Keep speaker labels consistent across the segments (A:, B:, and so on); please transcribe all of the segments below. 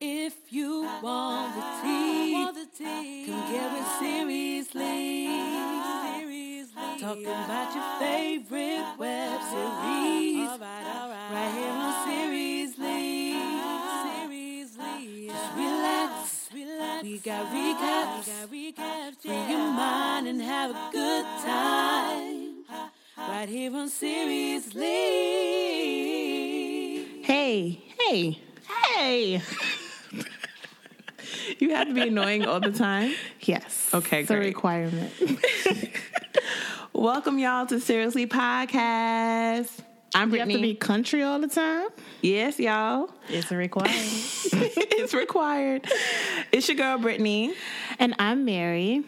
A: If you want the tea, come get with seriously. Talking about your favorite web series. Right here on Seriously. Seriously. Just relax. We got recaps. Free your mind and have a good time. Right here on Seriously.
B: Hey, hey, hey.
C: You have to be annoying all the time.
B: Yes.
C: Okay,
B: it's a
C: great.
B: requirement.
C: Welcome, y'all, to Seriously Podcast. I'm
B: You have to
C: Brittany.
B: be country all the time.
C: yes, y'all.
B: It's a requirement.
C: it's required. It's your girl, Brittany.
B: and I'm Mary.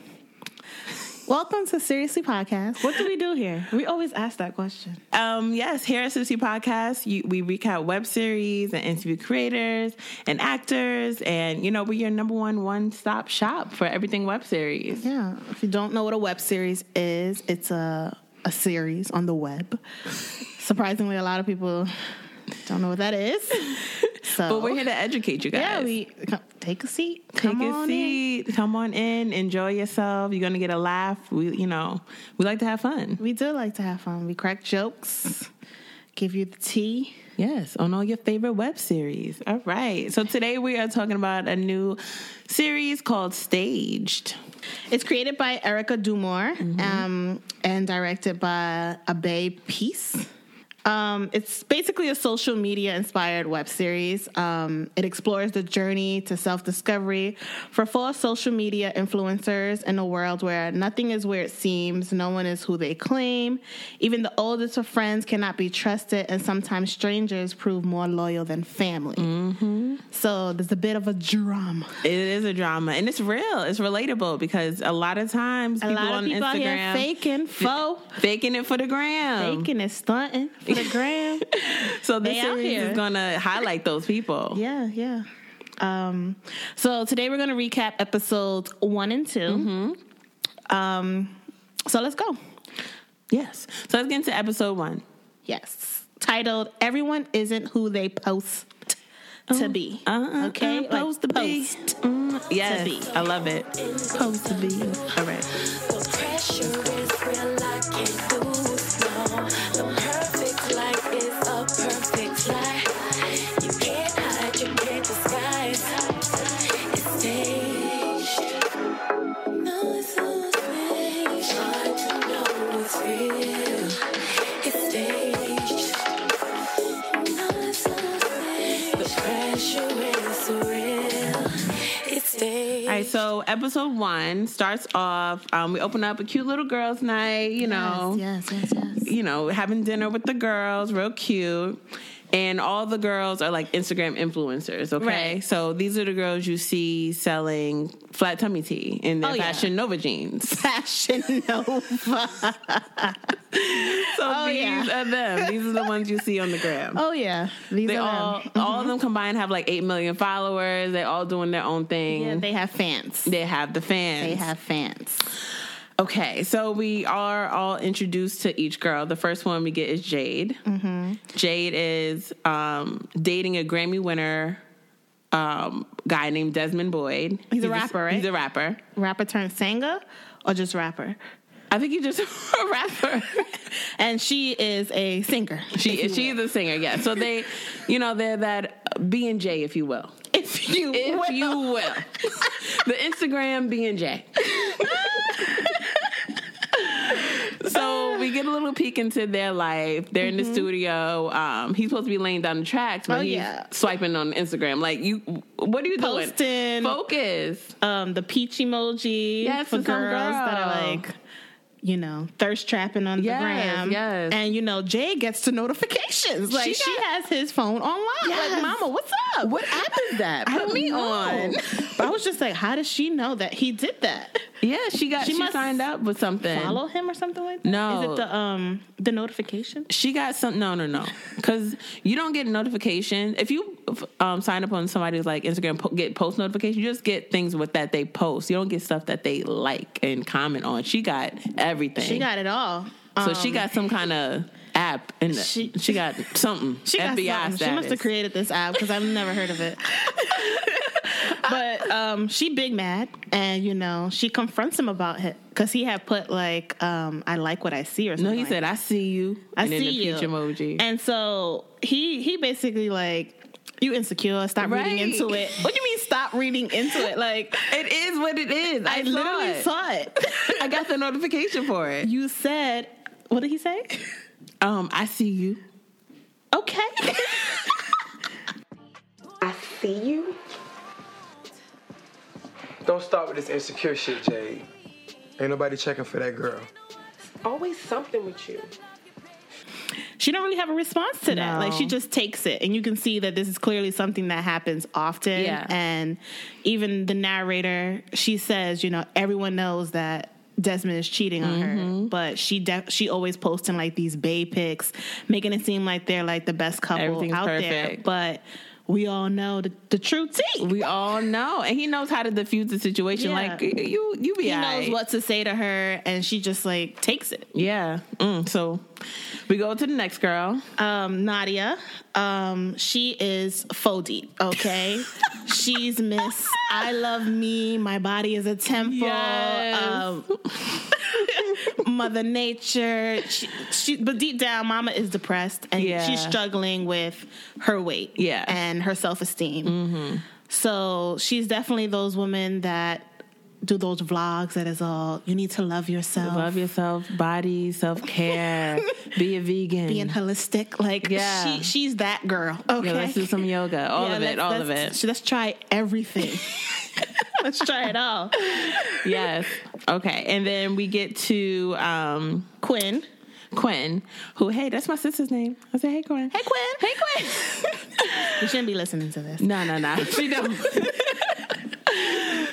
B: Welcome to Seriously Podcast. What do we do here? We always ask that question.
C: Um, yes, here at Seriously Podcast, you, we recap web series and interview creators and actors. And, you know, we're your number one one stop shop for everything web series.
B: Yeah. If you don't know what a web series is, it's a a series on the web. Surprisingly, a lot of people don't know what that is. So
C: But we're here to educate you guys.
B: Yeah, we come, take a seat.
C: Take
B: come
C: a
B: on in.
C: seat. Come on in. Enjoy yourself. You're gonna get a laugh. We, you know, we like to have fun.
B: We do like to have fun. We crack jokes, give you the tea.
C: Yes, on all your favorite web series. All right. So today we are talking about a new series called Staged.
B: It's created by Erica Dumore
C: Mm-hmm.
B: um, and directed by Abe Peace. Um, it's basically a social media inspired web series. Um, it explores the journey to self discovery for four social media influencers in a world where nothing is where it seems, no one is who they claim, even the oldest of friends cannot be trusted, and sometimes strangers prove more loyal than family.
C: Mm-hmm.
B: So there's a bit of a drama.
C: It is a drama and it's real. It's relatable because a lot of times
B: A
C: people
B: lot
C: on
B: of people out
C: Instagram
B: here faking, faux.
C: faking it for the gram.
B: Faking and stunting for the gram.
C: So this
B: They out
C: series
B: here.
C: is gonna highlight those people.
B: yeah, yeah. Um, so today we're going to recap episodes one and 2
C: Mm-hmm.
B: Um, so let's go.
C: Yes. So let's get into episode one.
B: Yes. Titled Everyone Isn't Who They Post to Be.
C: uh,
B: okay?
C: uh,
B: Like,
C: post to be. Mm-hmm.
B: post.
C: Yes,
B: be.
C: I love it. Supposed to be. All right.
D: The pressure is real, I can't lose, no The perfect life is a perfect lie You can't hide, you can't disguise It's staged No, it's all staged Hard to know what's real It's staged No, it's all staged The pressure is real It's staged
C: All right, so episode one starts off. Um, we open up a cute little girls' night, you know,
B: Yes, yes, yes. yes.
C: you know, having dinner with the girls, real cute. And all the girls are like Instagram influencers, okay?
B: Right.
C: So these are the girls you see selling flat tummy tea in their
B: Oh, yeah.
C: fashion Nova jeans.
B: Fashion Nova.
C: So these
B: Oh, yeah.
C: are them. These are the ones you see on the gram.
B: oh, yeah. These
C: they
B: are them. Mm-hmm.
C: all all of them combined have like eight million followers. They all doing their own thing.
B: Yeah,
C: they,
B: they have fans.
C: have the fans.
B: They have fans.
C: Okay, so we are all introduced to each girl. The first one we get is Jade.
B: Mm-hmm.
C: Jade is um, dating a Grammy winner um, guy named Desmond Boyd. He's,
B: a rapper, right?
C: He's a rapper.
B: Rapper turned singer or just rapper?
C: I think he's just a rapper.
B: and she is a singer.
C: she is she is a singer, yeah. So they, you know, they're that B and J, if you will.
B: if you
C: If
B: will.
C: you will. the Instagram B and J. So we get a little peek into their life. They're in the studio. Um, he's supposed to be laying down the tracks,
B: Mm-hmm.
C: but
B: Oh,
C: he's
B: yeah.
C: swiping on Instagram. Like you, what are you
B: Posting.
C: doing? Focus.
B: um the peach emoji
C: Yes,
B: for
C: for
B: girls
C: some
B: that are
C: girl.
B: like you know thirst trapping on
C: Yes,
B: the gram.
C: yes.
B: And you know Jay gets the notifications. Like she,
C: She got-
B: has his phone online. Like
C: Yes.
B: Mama, what's up?
C: What app is that?
B: I
C: Put
B: don't
C: me
B: know.
C: on.
B: But I was just like, how does she know that he did that?
C: Yeah, she got
B: She
C: she,
B: must
C: signed up with something.
B: Follow him or something like that?
C: No.
B: Is it the um the notification?
C: She got some. No, no, no. Because you don't get notifications if you f- um, sign up on somebody's like Instagram. Po- get post notifications. You just get things with that they post. You don't get stuff that they like and comment on. She got everything.
B: She got it all.
C: so she got some kind of app and
B: she-
C: she, she got something.
B: She got something.
C: FBI
B: She must have
C: status.
B: created this app because I've never heard of it. but um, she big mad, and you know she confronts him about it because he had put like um, "I like what I see" or something.
C: No, he
B: like
C: said, "I see you."
B: I
C: and
B: see
C: then the
B: you.
C: peach emoji.
B: And so he he basically like you insecure. Stop reading
C: Right.
B: into it. What do you mean? Stop reading into it. Like
C: it is what it is. I,
B: I, literally
C: saw
B: saw it.
C: it. I got the notification for it.
B: you said what did he say?
C: Um, I see you.
B: Okay.
E: I see you.
F: Don't start with this insecure shit, Jade. Ain't nobody checking for that girl.
E: Always something with you.
B: she don't really have a response to that.
C: No.
B: Like she just takes it, and you can see that this is clearly something that happens often.
C: Yeah.
B: And even the narrator, she says, you know, everyone knows that Desmond is cheating on
C: Mm-hmm.
B: her, but she def- she always posting like these bay pics, making it seem like they're like the best couple
C: Everything's
B: out there.
C: perfect.
B: But we all know the, the true tea.
C: We all know, and he knows how to defuse the situation.
B: Yeah.
C: Like you, you be.
B: he knows
C: aight.
B: what to say to her, and she just like takes it.
C: Yeah. Mm, so we go to the next girl.
B: um, Nadia. Um, she is Fodi, okay? She's Miss I Love Me, My Body is a Temple,
C: Yes.
B: um, Mother Nature. She, she, but deep down, Mama is depressed and
C: Yeah.
B: she's struggling with her weight
C: Yeah.
B: and her self esteem.
C: Mm-hmm.
B: So she's definitely those women that do those vlogs that is all you need to love yourself.
C: Love yourself, body, self care. be a vegan.
B: being holistic, like
C: Yeah.
B: she she's that girl. Okay,
C: Yeah, let's do some yoga. All of it. All of it.
B: Let's try everything. let's try it all.
C: Yes. Okay. And then we get to um,
B: Quinn,
C: Quinn, who hey, that's my sister's name. I said, hey, Quinn.
B: hey Quinn,
C: Hey, Quinn.
B: you shouldn't be listening to this.
C: No, no, no. She don't.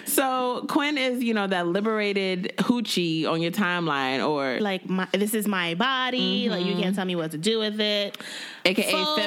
C: so Quinn is, you know, that liberated hoochie on your timeline, or
B: Like my, this is my body. Like you can't tell me what to do with it.
C: AKA
B: Faux-
C: Mm-hmm.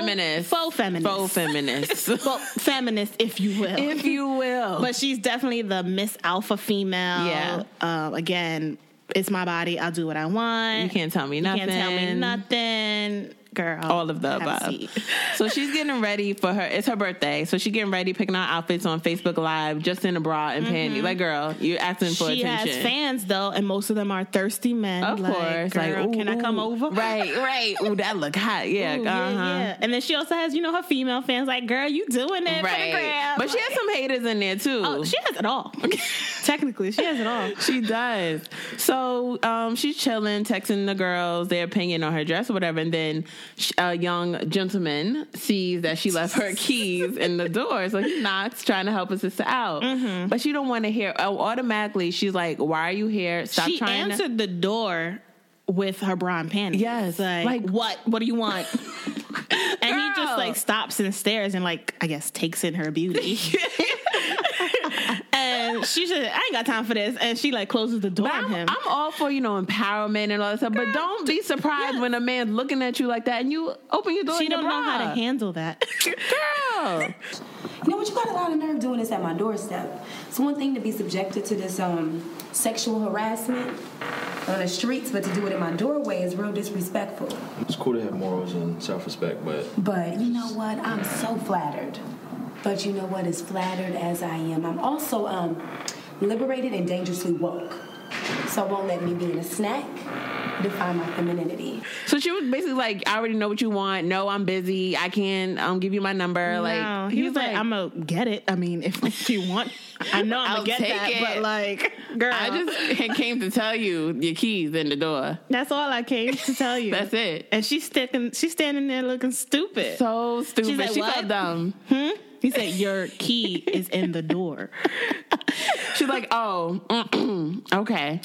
C: feminist,
B: faux feminist,
C: faux feminist,
B: Faux feminist, if you will.
C: if you will.
B: but she's definitely the Miss Alpha female.
C: Yeah.
B: Um, again, it's my body. I'll do what I want.
C: you can't tell me nothing.
B: Can't tell me nothing, girl.
C: all of the
B: have a
C: above.
B: seat.
C: So she's getting ready for her. It's her birthday, so she's getting ready, picking out outfits on Facebook Live, just in a bra and panties. Like, girl, you're asking for
B: Mm-hmm. She
C: attention.
B: has fans though, and most of them are thirsty men.
C: of
B: like,
C: course, like,
B: "Girl,
C: ooh,
B: can I come
C: ooh."
B: over?
C: Right, right. Ooh, that look hot. Yeah,
B: Ooh,
C: uh-huh.
B: yeah, yeah. And then she also has, you know, her female fans like, girl, you doing it for the
C: Right.
B: gram.
C: But she has some haters in there too.
B: Oh, she has it all. Technically, she has it all.
C: She does. So um, she's chilling, texting the girls their opinion on her dress or whatever. And then sh- a young gentleman sees that she left her keys in the door. So he knocks, trying to help his sister out.
B: Mm-hmm.
C: But she don't want to hear. Oh, automatically, she's like, why are you here? Stop
B: she
C: trying to.
B: answered the door with her bra and panties.
C: Yes.
B: Like,
C: Like-
B: what? What do you want? and he
C: Girl.
B: just like stops and stares and like I guess takes in her beauty. and she just I ain't got time for this. And she like closes the door
C: But
B: on
C: I'm,
B: him.
C: I'm all for you know empowerment and all that stuff, but don't be surprised when a man's looking at you like that and you open your door.
B: she
C: in your
B: don't know how to
C: bra.
B: handle that.
C: Girl,
G: You know, but you got a lot of nerve doing this at my doorstep. It's one thing to be subjected to this um, sexual harassment on the streets, but to do it in my doorway is real disrespectful.
H: It's cool to have morals and self-respect, but
G: But you know what? I'm so flattered. But you know what? As flattered as I am, I'm also um, liberated and dangerously woke. So won't let me being a snack define my femininity.
C: So she was basically like, I already know what you want. No, I'm busy. I can um give you my number.
B: No,
C: like
B: he, was like, I'm gonna get it. I mean, if, if you want, I know I'm
C: I'll
B: gonna get
C: take
B: that.
C: it.
B: But like, girl,
C: I just came to tell you your keys in the door.
B: that's all I came to tell you.
C: That's it.
B: And she's sticking. She's standing there looking stupid. Hmm?
C: So stupid.
B: She's like,
C: she
B: "What?"
C: felt dumb.
B: he said, "Your key is in the door."
C: She's like, oh, okay.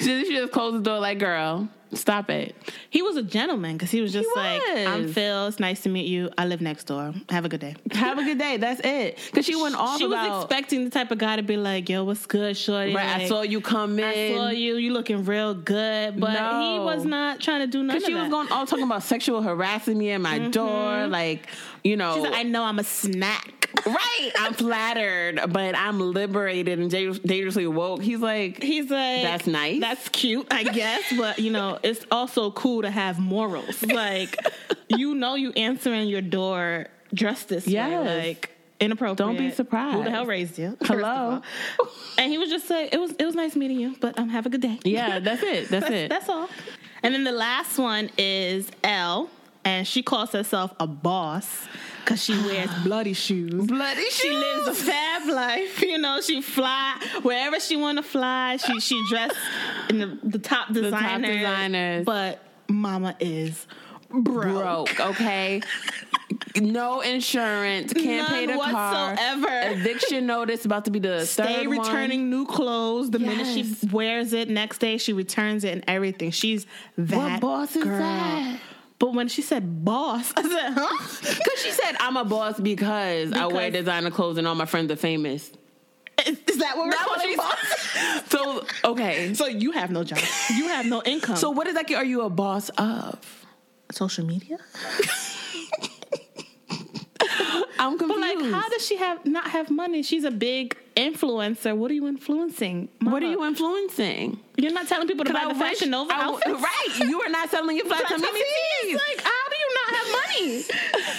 C: She, she just closed the door. Like, girl, stop it.
B: He was a gentleman because he was just like, "I'm
C: was.
B: Phil. It's nice to meet you. I live next door. Have a good day."
C: Have a good day. That's it. Because she went off
B: she
C: about.
B: was expecting the type of guy to be like, "Yo, what's good, shorty?"
C: right, I
B: Like,
C: saw you come in.
B: I saw you. You looking real good, but he
C: No.
B: was not trying to do nothing.
C: Because she was going all talking about sexual harassing me at my door. Like, you know.
B: Mm-hmm. She's like, I know I'm a snack.
C: Right. I'm flattered, but I'm liberated and dan- dangerously woke. He's like,
B: He's like,
C: That's nice.
B: That's cute, I guess. but you know, it's also cool to have morals. Like, you know, you answering your door dressed this
C: Yes.
B: way. Like, inappropriate.
C: Don't be surprised.
B: Who the hell raised you? first
C: Hello.
B: of all. And he was just like, it was it was nice meeting you, but um, have a good day.
C: Yeah, that's it. That's it.
B: That's all. And then the last one is L, and she calls herself a boss because she wears bloody shoes.
C: bloody
B: She lives a fab life, you know. She fly wherever she want to fly. She she dressed in the, the top
C: top
B: designer,
C: designers.
B: But Mama is broke.
C: broke. Okay. No insurance. Can't pay
B: None
C: the car.
B: whatsoever.
C: Eviction notice about to be the
B: Stay
C: third one.
B: returning new clothes the minute
C: Yes.
B: she wears it. Next day she returns it and everything. She's that
C: boss is
B: girl.
C: that?
B: But when she said boss, I said, huh?
C: Because she said, I'm a boss because, I wear
B: Because-
C: designer clothes and all my friends are famous.
B: Is, is that what we're
C: That's what
B: calling
C: she
B: boss?
C: said. So, okay.
B: So you have no job. You have no income.
C: So, what exactly are you a boss of?
B: social media?
C: I'm
B: But
C: confused.
B: like, how does she have not have money? She's a big influencer. What are you influencing?
C: what
B: Mama?
C: are you influencing?
B: You're not telling people to buy
C: I
B: the Fashion
C: wish-
B: Nova
C: I w-
B: outfits,
C: Right. You are not selling your flat
B: Flat
C: tummy
B: tummy
C: tees.
B: tees. Like, how do you not have money?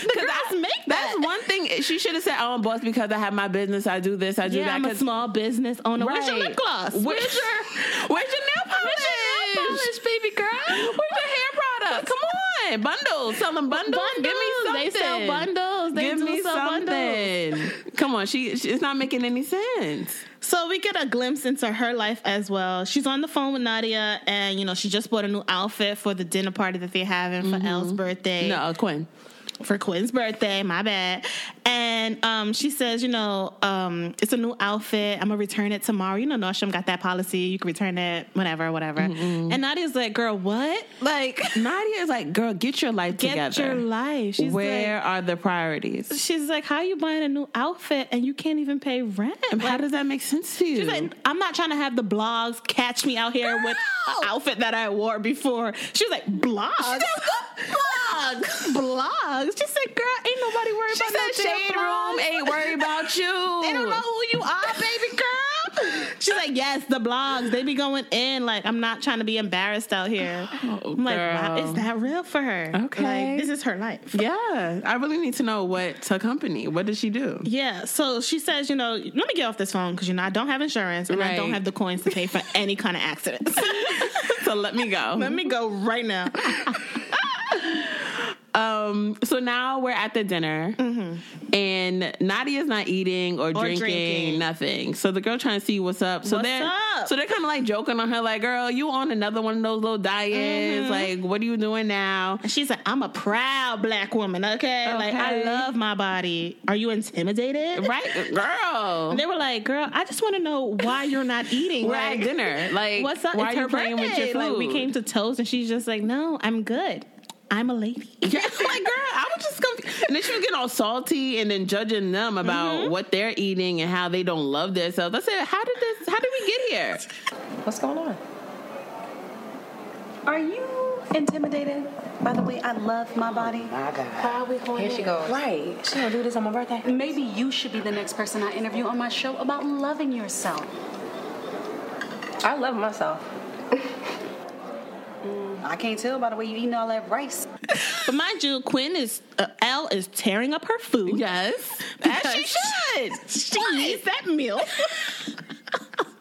B: The
C: 'Cause I-
B: girls make that.
C: That's one thing. She should have said, "Oh, I'm a boss because I have my business. I do this. I do
B: Yeah,
C: that.
B: I'm a
C: 'cause-
B: small business owner. Where's your
C: Right.
B: lip gloss?
C: Where-
B: Where's your
C: Where's your nail polish?
B: Where's your nail polish, baby girl?
C: Where's your hair product? Come on, bundles. Sell them bundles. Give me something.
B: They sell bundles. They
C: Give
B: do
C: me
B: sell bundles.
C: something. Come on, she, she it's not making any sense.
B: So we get a glimpse into her life as well. She's on the phone with Nadia, and you know she just bought a new outfit for the dinner party that they're having for Elle's birthday.
C: Mm-hmm. No, uh, Quinn.
B: for Quinn's birthday, my bad. And um, she says, you know, um, it's a new outfit. I'm gonna return it tomorrow. You know, Norsham got that policy. You can return it whenever, whatever.
C: Mm-hmm.
B: And Nadia's like, girl, what? Like,
C: Nadia is like, girl, get your life
B: get
C: together.
B: your life. She's
C: Where
B: like,
C: are the priorities?
B: she's like, how you buying a new outfit and you can't even pay rent?
C: And how
B: Like,
C: does that make sense to you?
B: She's like, I'm not trying to have the blogs catch me out here with an outfit that I wore before. She was like, blogs? blogs. blogs. She said, girl, ain't nobody worried
C: she
B: about
C: said,
B: no damn
C: shade
B: blogs.
C: room ain't worry about you.
B: They don't know who you are, baby girl. She's like, yes, the blogs. They be going in. Like, I'm not trying to be embarrassed out here. I'm like, wow,
C: Oh, girl.
B: is that real for her?
C: Okay.
B: Like, this is her life.
C: Yeah, I really need to know what to accompany. What did she do?
B: Yeah, so she says, you know, let me get off this phone because you know I don't have insurance and I don't
C: Right.
B: have the coins to pay for any kind of accidents.
C: so let me go.
B: let me go right now.
C: Um, so now we're at the dinner, and Nadia's not eating Mm-hmm. or, drinking,
B: drinking.
C: nothing. So the girl trying to see what's up. So
B: What's
C: they're
B: up?
C: so they're kind of like joking on her, like, "Girl, you on another one of those little diets? Like, what are you doing now?"
B: And she's like, I'm a proud black woman, okay? Like I
C: Okay.
B: love my body. Are you intimidated?
C: right, girl.
B: And they were like, girl, I just want to know why you're not eating.
C: we're
B: like,
C: at dinner. Like,
B: What's up?
C: Why
B: it's
C: are
B: her
C: you playing
B: birthday.
C: with your food?
B: Like we came to toast, and she's just like, "No, I'm good. I'm a lady."
C: Yeah, like girl, I was just confused. And then she was getting all salty and then judging them about what they're eating and how they don't love themselves. I said, how did this? How did we get here?
I: What's going on?
G: Are you intimidated by the way I love my
J: Oh
G: body?
I: My God.
G: Why are we going
I: Here she
G: there?
I: goes.
G: Right.
I: She gonna do this on my birthday?
K: Maybe you should be the next person I interview on my show about loving yourself.
I: I love myself.
K: I can't tell by the way you eating all that rice.
B: But mind you, Quinn is uh, L is tearing up her food.
C: Yes, as she
B: Because-
C: should.
B: She needs that meal.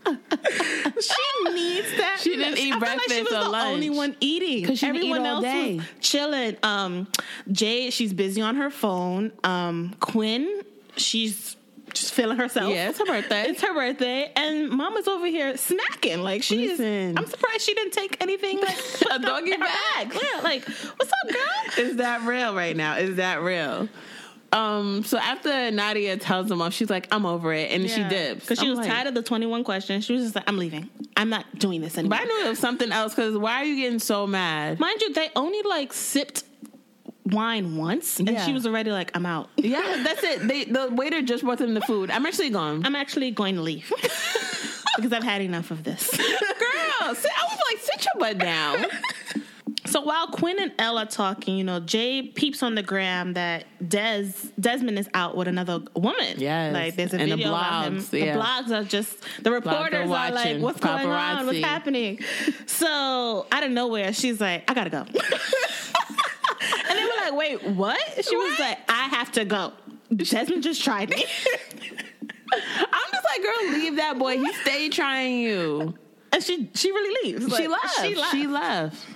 B: she needs that.
C: She didn't
B: meal.
C: eat
B: I feel like she
C: breakfast
B: was
C: or
B: the
C: lunch.
B: only one eating
C: 'Cause she didn't eat
B: everyone
C: all
B: else
C: day.
B: was chilling. Um, Jade, she's busy on her phone. Um, Quinn, she's. Just feeling herself.
C: Yeah, it's her birthday.
B: It's her birthday, and Mama's over here snacking. Like she is.
C: Listen.
B: I'm surprised she didn't take anything. Like
C: A doggy bag.
B: Yeah. Like, what's up, girl?
C: Is that real right now? Is that real? Um. So after Nadia tells them off, she's like, "I'm over it," and she dips
B: because she
C: I'm
B: was
C: like,
B: tired of the 21 questions. She was just like, "I'm leaving. I'm not doing this anymore."
C: But I knew it was something else. Because why are you getting so mad?
B: Mind you, they only like sipped wine once, and
C: Yeah.
B: she was already like, "I'm out.
C: yeah, that's it. They, the waiter just brought them the food. I'm actually gone.
B: I'm actually going to leave because I've had enough of this."
C: Girl, sit, I was like, sit your butt down.
B: So while Quinn and Elle are talking, you know, Jay peeps on the gram that Des Desmond is out with another woman.
C: Yes.
B: like there's a
C: And the
B: video about him.
C: blogs,
B: The
C: yeah.
B: blogs are just the reporters are, like,
C: watching,
B: "What's going on? What's
C: paparazzi."
B: happening?" So out of nowhere, she's like, "I gotta go," and they were like, "Wait, what?" She was like, "I have to go." Jasmine just tried me.
C: I'm just like, girl, leave that boy. He stayed trying you.
B: And she she really leaves.
C: she
B: Like,
C: left.
B: She left.
C: She left.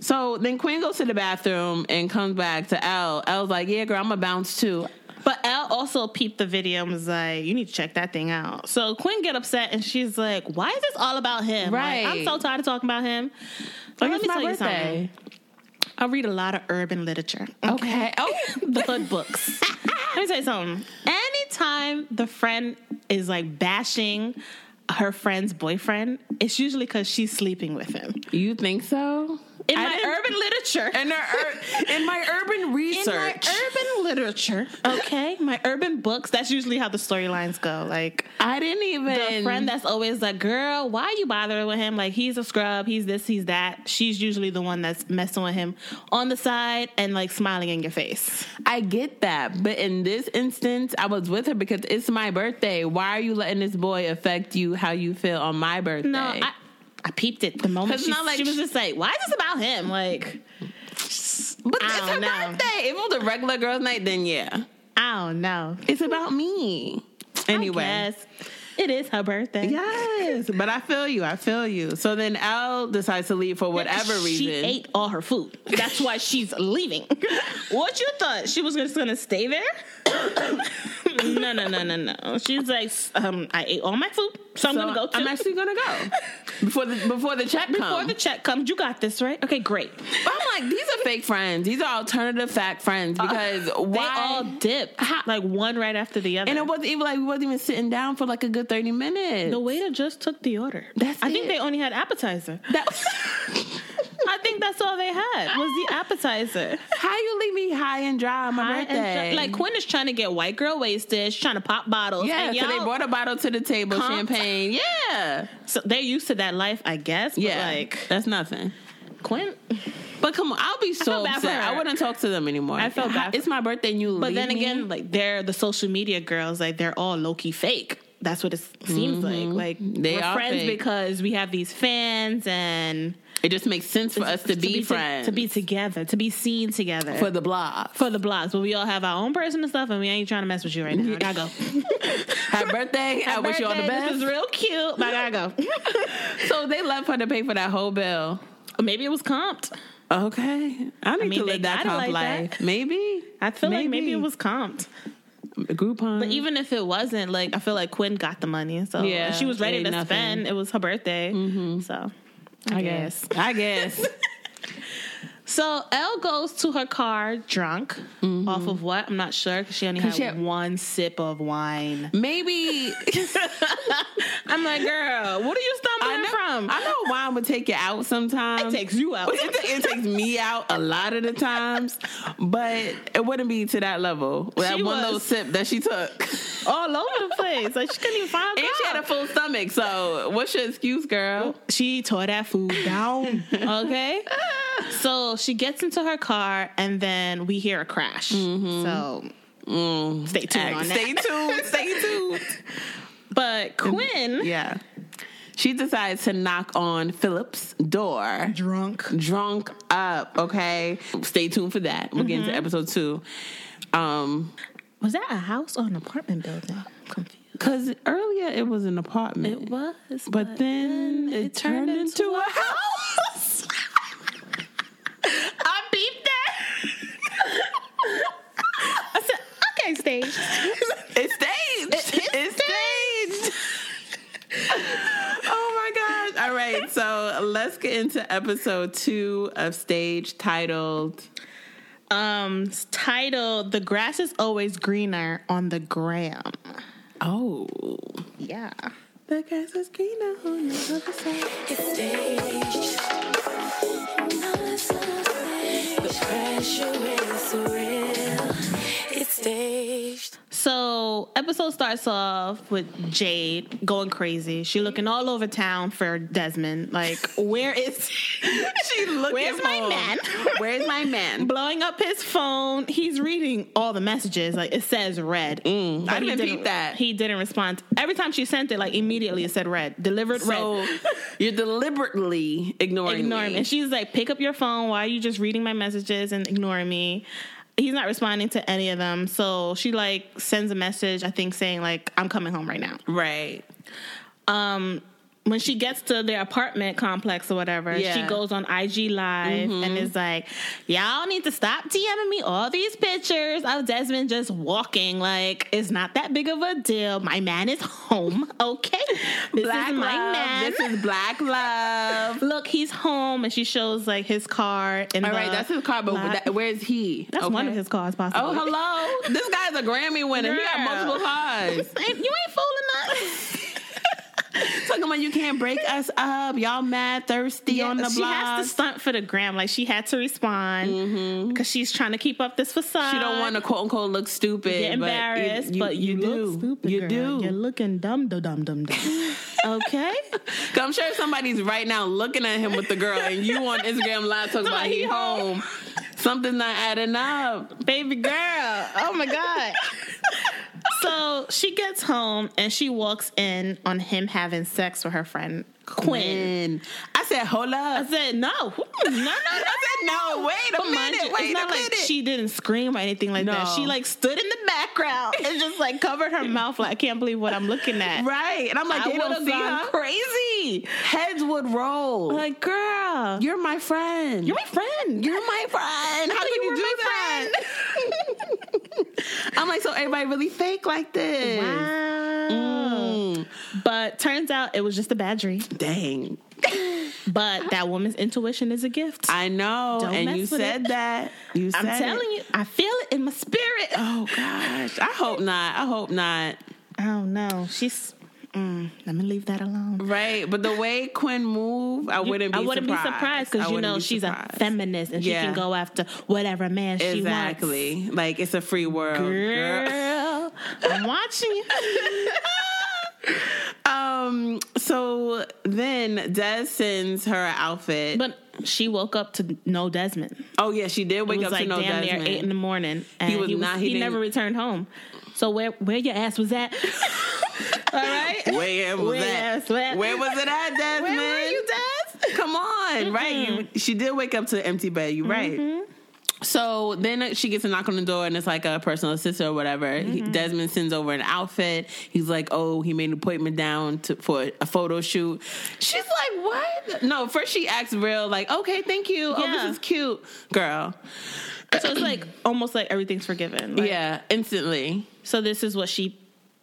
C: So then Quinn goes to the bathroom and comes back to L. L's like, yeah, girl, I'm going to bounce too.
B: But Elle also peeped the video and was like, "You need to check that thing out." So Quinn get upset and she's like, "Why is this all about him? Like,
C: Right.
B: I'm so tired of talking about him." But
C: Like,
B: let
C: it's
B: me
C: my
B: tell you something.
C: birthday.
B: I read a lot of urban literature.
C: Okay. Oh,
B: the hood books. Let me tell you something. Anytime the friend is like bashing uh, her friend's boyfriend, it's usually because she's sleeping with him.
C: you think so?
B: In
C: I
B: my
C: didn't-
B: urban literature.
C: In, her ur- in my urban
B: in
C: research.
B: my urban literature, okay, my urban books. That's usually how the storylines go. Like
C: I didn't even.
B: the friend that's always like, "Girl, why you bothering with him? Like he's a scrub. He's this. He's that." She's usually the one that's messing with him on the side and like smiling in your face.
C: I get that, but in this instance, I was with her because it's my birthday. Why are you letting this boy affect you how you feel on my birthday?
B: No, I, I peeped it the moment
C: 'Cause
B: she,
C: not like
B: she was
C: she-
B: just like, "Why is this about him?" Like
C: but
B: I
C: it's
B: don't
C: her
B: know.
C: birthday. If it was a regular girls' night, then yeah,
B: I don't know.
C: it's about me. Anyway,
B: I guess it is her birthday.
C: yes, but I feel you. I feel you. So then Al decides to leave for whatever reason.
B: She ate all her food. That's why she's leaving. what you thought? She was just gonna stay there? no, no, no, no, no. She was like, um, I ate all my food, so I'm
C: So
B: gonna go too.
C: I'm actually gonna go before the before the check
B: Before
C: comes.
B: the check comes, you got this, right? Okay, great.
C: I'm like, these are fake friends. These are alternative fact friends because
B: Uh, They
C: why?
B: all dipped, like one right after the other.
C: and it wasn't even like we wasn't even sitting down for like a good thirty minutes.
B: the waiter just took the order.
C: That's
B: I think
C: it.
B: they only had appetizer. I think that's all they had was the appetizer.
C: How you leave me high and dry on my
B: High and
C: birthday?
B: dry- like Quinn is trying to get white girl wasted. She's trying to pop bottles.
C: yeah,
B: and
C: so they
B: y'all-
C: brought a bottle to the table,
B: Comped.
C: champagne. Yeah,
B: So they're used to that life, I guess. But
C: yeah,
B: like
C: that's nothing.
B: Quinn.
C: But come on, I'll be so
B: felt bad for
C: upset.
B: her.
C: I wouldn't talk to them anymore.
B: I felt bad for-
C: It's my birthday, and you.
B: But
C: leave
B: then
C: me?
B: again, like they're the social media girls, like they're all low key fake. That's what it seems like. Like
C: Mm-hmm. They
B: we're
C: are
B: friends
C: fake.
B: because we have these fans and
C: it just makes sense for us to, be,
B: to-
C: friends,
B: to, be together, to be seen together
C: for the blog.
B: for the blogs. But we all have our own personal stuff, and we ain't trying to mess with you right now. I gotta go.
C: Happy birthday! I wish you all the
B: Birthday, This
C: best.
B: is real cute, but I gotta go.
C: So they left her to pay for that whole bill.
B: Or Maybe it was comped.
C: Okay, I need
B: mean,
C: to
B: they
C: live that
B: got it
C: top
B: like
C: life.
B: that.
C: Maybe
B: I feel like maybe it was comped.
C: Groupon.
B: But even if it wasn't, like I feel like Quinn got the money, so
C: Yeah,
B: she was ready
C: ain't
B: to
C: nothing.
B: spend. It was her birthday, so Mm-hmm. I, guess.
C: I guess.
B: So Elle goes to her car drunk, off of what I'm not sure because Mm-hmm. she only had
C: she had-
B: one sip of wine.
C: Maybe
B: I'm like, girl, what are you
C: I
B: stumbling
C: know,
B: from?
C: I know wine would take you out sometimes.
B: it takes you out.
C: It ta- it takes me out a lot of the times, but it wouldn't be to that level. That
B: She was-
C: one
B: Oh
C: little sip that she took,
B: all over the place. Like she couldn't even find.
C: and she had a full stomach. So, what's your excuse, girl?
B: she tore that food down. okay. So she gets into her car and then we hear a crash. So stay tuned
C: Act-
B: on that.
C: Mm-hmm. Mm. stay tuned. Stay tuned.
B: But Quinn,
C: Yeah. She decides to knock on Philip's door.
B: drunk.
C: Drunk up, okay? Stay tuned for that. We'll get into
B: Mm-hmm.
C: episode two. Um,
B: Was that a house or an apartment building? I'm confused.
C: Cause earlier it was an apartment. It was, but, then it, turned, into, a house.
B: I beeped that. I said, okay, stage.
C: it's staged. it's staged. oh my gosh! All right, so let's get into episode two of Stage titled
B: Um, it's titled The Grass is Always Greener on the Gram.
C: "Oh,
B: Yeah.
C: the grass is greener on the other side."
D: It's staged. No, it's not staged. The pressure is real. It's staged.
B: So episode starts off with Jade going crazy. She looking all over town for Desmond. Like, where is
C: She looking.
B: Where's my
C: for-
B: man?
C: Where's my man?
B: blowing up his phone. He's reading all the messages. Like it says red. But
C: Mm, I
B: he
C: didn't peep
B: didn't-
C: that.
B: He didn't respond. Every time she sent it, like immediately it said red. Delivered
C: So
B: red.
C: you're deliberately ignoring
B: Ignore me.
C: me.
B: And she's like, pick up your phone. Why are you just reading my messages and ignoring me? he's not responding to any of them. So she like sends a message, I think, saying like, "I'm coming home right now."
C: Right.
B: Um, when she gets to their apartment complex or whatever,
C: Yeah.
B: she goes on IG Live
C: Mhm.
B: and is like, "Y'all need to stop DMing me all these pictures of Desmond just walking. Like, it's not that big of a deal. My man is home. Okay, this
C: Black
B: is my
C: love.
B: man.
C: This is black love.
B: Look, he's home, and she shows like his car. And
C: All right, that's his car, but that- where is he?
B: That's one of his cars, possibly.
C: Oh, hello. this guy's a Grammy winner. He got
B: Girl.
C: multiple cars.
B: Ain't- you ain't fooling us.
C: Talking about you can't break us up. Y'all mad, thirsty on the block.
B: she has to stunt for the gram. Like she had to respond because she's trying to keep up this facade.
C: Mm-hmm. She don't want to quote unquote look stupid.
B: get
C: but you-
B: embarrassed, but you,
C: do.
B: look stupid.
C: you
B: girl.
C: do.
B: You're looking dumb, dumb, dumb, dumb. dumb. okay.
C: 'Cause I'm sure somebody's right now looking at him with the girl, and you on Instagram live talking about he home. Something's not adding up,
B: baby girl. Oh my god. so she gets home and she walks in on him having sex with her friend Quinn.
C: Quinn. I said, hold
B: I
C: up.
B: said no, no, no, no.
C: I said, no, wait a
B: But mind
C: minute.
B: you,
C: wait
B: it's
C: a
B: not
C: minute.
B: like she didn't scream or anything like that.
C: No.
B: She like stood in the background and just like covered her mouth. Like I can't believe what I'm looking at.
C: right. And I'm like,
B: I
C: they don't
B: would've
C: see
B: gone
C: her. crazy. Heads would roll.
B: Like girl,
C: you're my friend.
B: you're my friend.
C: You're my friend. How
B: You
C: could you,
B: were
C: do
B: my
C: that? I'm like, so everybody really fake like this.
B: Wow.
C: Mm.
B: But turns out it was just a bad dream.
C: Dang.
B: But that woman's intuition is a gift.
C: I know.
B: Don't
C: and
B: mess
C: you
B: with
C: said
B: it.
C: that. You said
B: I'm telling
C: it.
B: you, I feel it in my spirit.
C: Oh gosh. I hope not. I hope not.
B: I don't know. oh, She's. Mm, let me leave that alone.
C: Right. But the way Quinn moved, I wouldn't be
B: I wouldn't
C: surprised.
B: be surprised
C: I
B: because you
C: wouldn't
B: know
C: be
B: she's
C: surprised.
B: a feminist and
C: Yeah.
B: she can go after whatever man she wants.
C: Exactly. Like it's a free world.
B: Girl, I'm watching you.
C: Um, so then Des sends her an outfit.
B: But she woke up to no Desmond.
C: oh yeah, she did
B: It
C: wake
B: was
C: up
B: like
C: to no
B: damn
C: Desmond.
B: near eight in the morning, and he
C: was not- he
B: he
C: didn't-
B: never returned home. So where where your ass was at? All right.
C: Where was
B: Where
C: that?
B: was that?
C: Where was it at, Desmond?
B: Where were you, Mm-hmm. Des?
C: Come on, right? You, she did wake up to an empty bed. You right?
B: Mm-hmm.
C: So then she gets a knock on the door, and it's like a personal assistant or whatever. He-
B: Mm-hmm.
C: Desmond sends over an outfit. He's like, "Oh, he made an appointment down to, for a photo shoot." She's like, "What?" No, first she acts real, like, "Okay, thank you. Oh,
B: Yeah.
C: this is cute, girl."
B: So it's like almost like everything's forgiven. Like,
C: yeah, instantly.
B: So this is what she.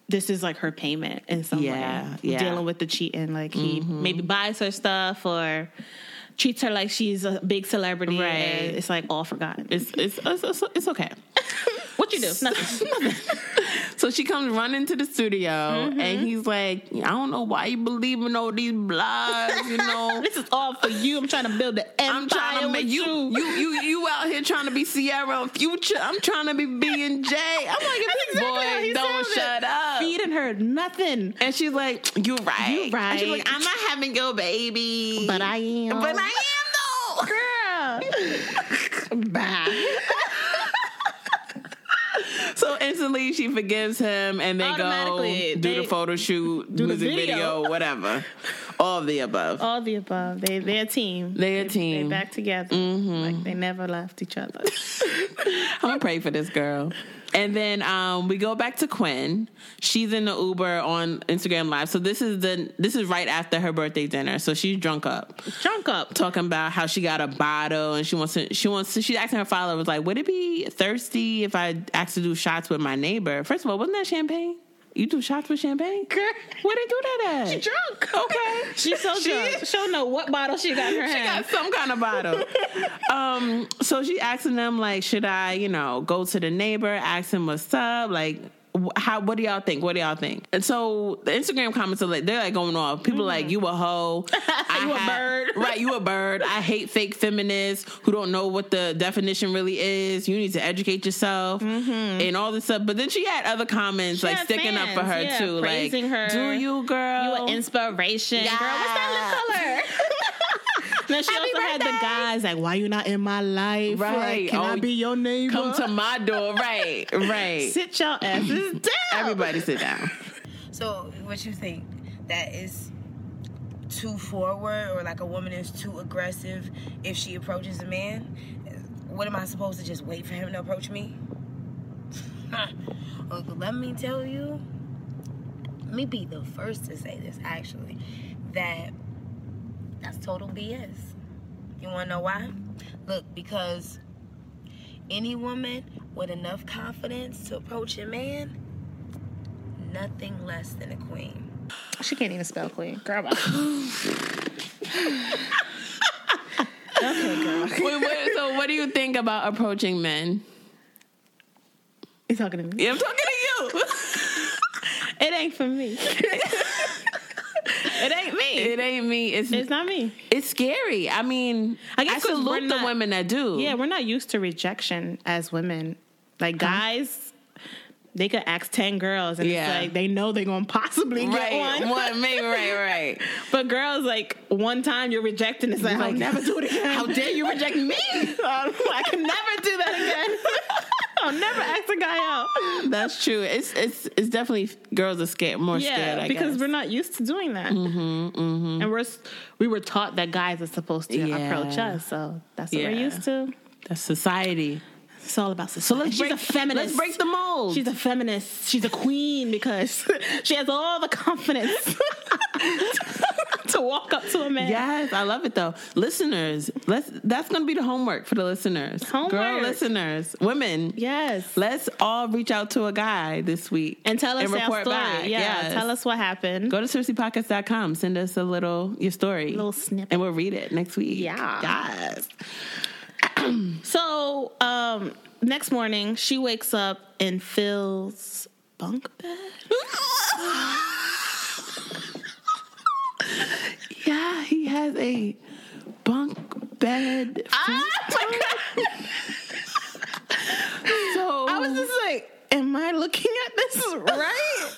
B: This is like her payment in some
C: Yeah,
B: way.
C: yeah. Mm-hmm.
B: Dealing with the cheating, like he maybe buys her stuff or treats her like she's a big celebrity.
C: Right.
B: and It's like all forgotten.
C: It's it's it's, it's, it's okay.
B: what you do? Nothing.
C: So she comes running to the studio, and
B: Mm-hmm.
C: he's like, "I don't know why you believe in all these blogs, you know."
B: this is all for you. I'm trying to build the empire.
C: I'm trying to
B: with
C: make you, you you you out here trying to be Sierra on Future. I'm trying to be B and J. I'm like, if
B: That's
C: this
B: exactly how he
C: boy don't
B: sounded.
C: shut up.
B: feeding her nothing.
C: And she's like, "You right,
B: You right.
C: And she's like, "I'm not having your baby,
B: But I am.
C: but I am though."
B: Bye.
C: So instantly, she forgives him, and they go
B: Automatically,
C: do the
B: they-
C: photo shoot,
B: do the
C: music video.
B: video. Oh.
C: whatever, all of the above.
B: All the above. They they're a team.
C: They a
B: they,
C: team. Mm-hmm.
B: They back together. Like they never left each other.
C: I'm gonna pray for this girl. And then um, we go back to Quinn. She's in the Uber on Instagram Live. So this is the this is right after her birthday dinner. So she's drunk up,
B: Drunk up.
C: talking about how she got a bottle and she wants to she wants to, she's asking her followers like, would it be thirsty if I asked to do shots with my neighbor? First of all, wasn't that champagne? You do shots with champagne?
B: Girl.
C: Where they do that at?
B: She drunk.
C: Okay.
B: She's so
C: She-
B: drunk. She don't know what bottle she got in her
C: she
B: hand.
C: got some kind of bottle. um, so she asking them like, should I, you know, go to the neighbor, ask him what's up, like. wh- How? What do y'all think? What do y'all think? And so the Instagram comments are like they're like going off. People are like you a hoe, I
B: Mm-hmm. You a
C: ha-
B: bird.
C: right? You a bird. I hate fake feminists who don't know what the definition really is. You need to educate yourself and all this stuff. But then she had other comments
B: Mm-hmm.
C: like
B: had
C: sticking up for
B: fans,
C: her
B: yeah,
C: too,
B: praising
C: like
B: her.
C: do you
B: You
C: girl?
B: an inspiration. Girl, what's that lip color? Now she also had the guys like, why you not in my life? Like,
C: Right.
B: can
C: Oh,
B: I be your neighbor?
C: Come to my door, right? Right.
B: sit your asses down.
C: Everybody sit down.
J: So, what you think? That is too forward, or like a woman is too aggressive if she approaches a man? what am I supposed to just wait for him to approach me? Uncle, let me tell you, let me be the first to say this actually, that that's total BS. You wanna know why? Look, because any woman with enough confidence to approach a man, nothing less than a queen.
B: She can't even spell queen. Girl, bye. okay, girl.
C: Wait, what- so what do you think about approaching men?
B: You talking to me?
C: Yeah, I'm talking to you.
B: It ain't for me. it ain't me.
C: It ain't me. It's
B: It's not me.
C: it's scary. I mean, I guess
B: 'cause we're
C: salute the
B: not-
C: women that do.
B: Yeah, we're not used to rejection as women. Like guys, they could ask ten girls, and
C: Yeah.
B: it's like they know they're gonna possibly get
C: right.
B: one.
C: One, maybe right, right.
B: But girls, like one time you're rejecting, it's like, I'll never do it again.
C: How dare you reject
B: Um,
C: me?
B: I can never do that again. I'll never ask a guy out.
C: That's true. It's it's it's definitely girls are scared more scared. I
B: because
C: guess. Mm-hmm,
B: we're not used to doing that, and we're s- we were taught that guys are supposed to
C: Yeah.
B: approach us, so that's what we're
C: Yeah.
B: used to.
C: that's society.
B: It's all about society. So
C: let's
B: She's
C: break-
B: a feminist.
C: let's break the mold.
B: She's a feminist. She's a queen because she has all the confidence to walk up to a man.
C: Yes, I love it though. Listeners, let's that's gonna be the homework for the listeners. Girl
B: Homework.
C: listeners, women.
B: Yes.
C: Let's all reach out to a guy this week.
B: And tell us
C: and
B: our
C: report
B: story.
C: back.
B: Yeah.
C: Yes.
B: Tell us what happened.
C: Go to seriouslypockets.com. Send us a little your story.
B: Little snippet.
C: And we'll read it next week.
B: Yeah.
C: Yes.
B: So um, next morning, she wakes up in Phil's bunk bed.
C: Yeah, he has a bunk bed.
B: Ah,
C: so
B: I was just like, am I looking at this right?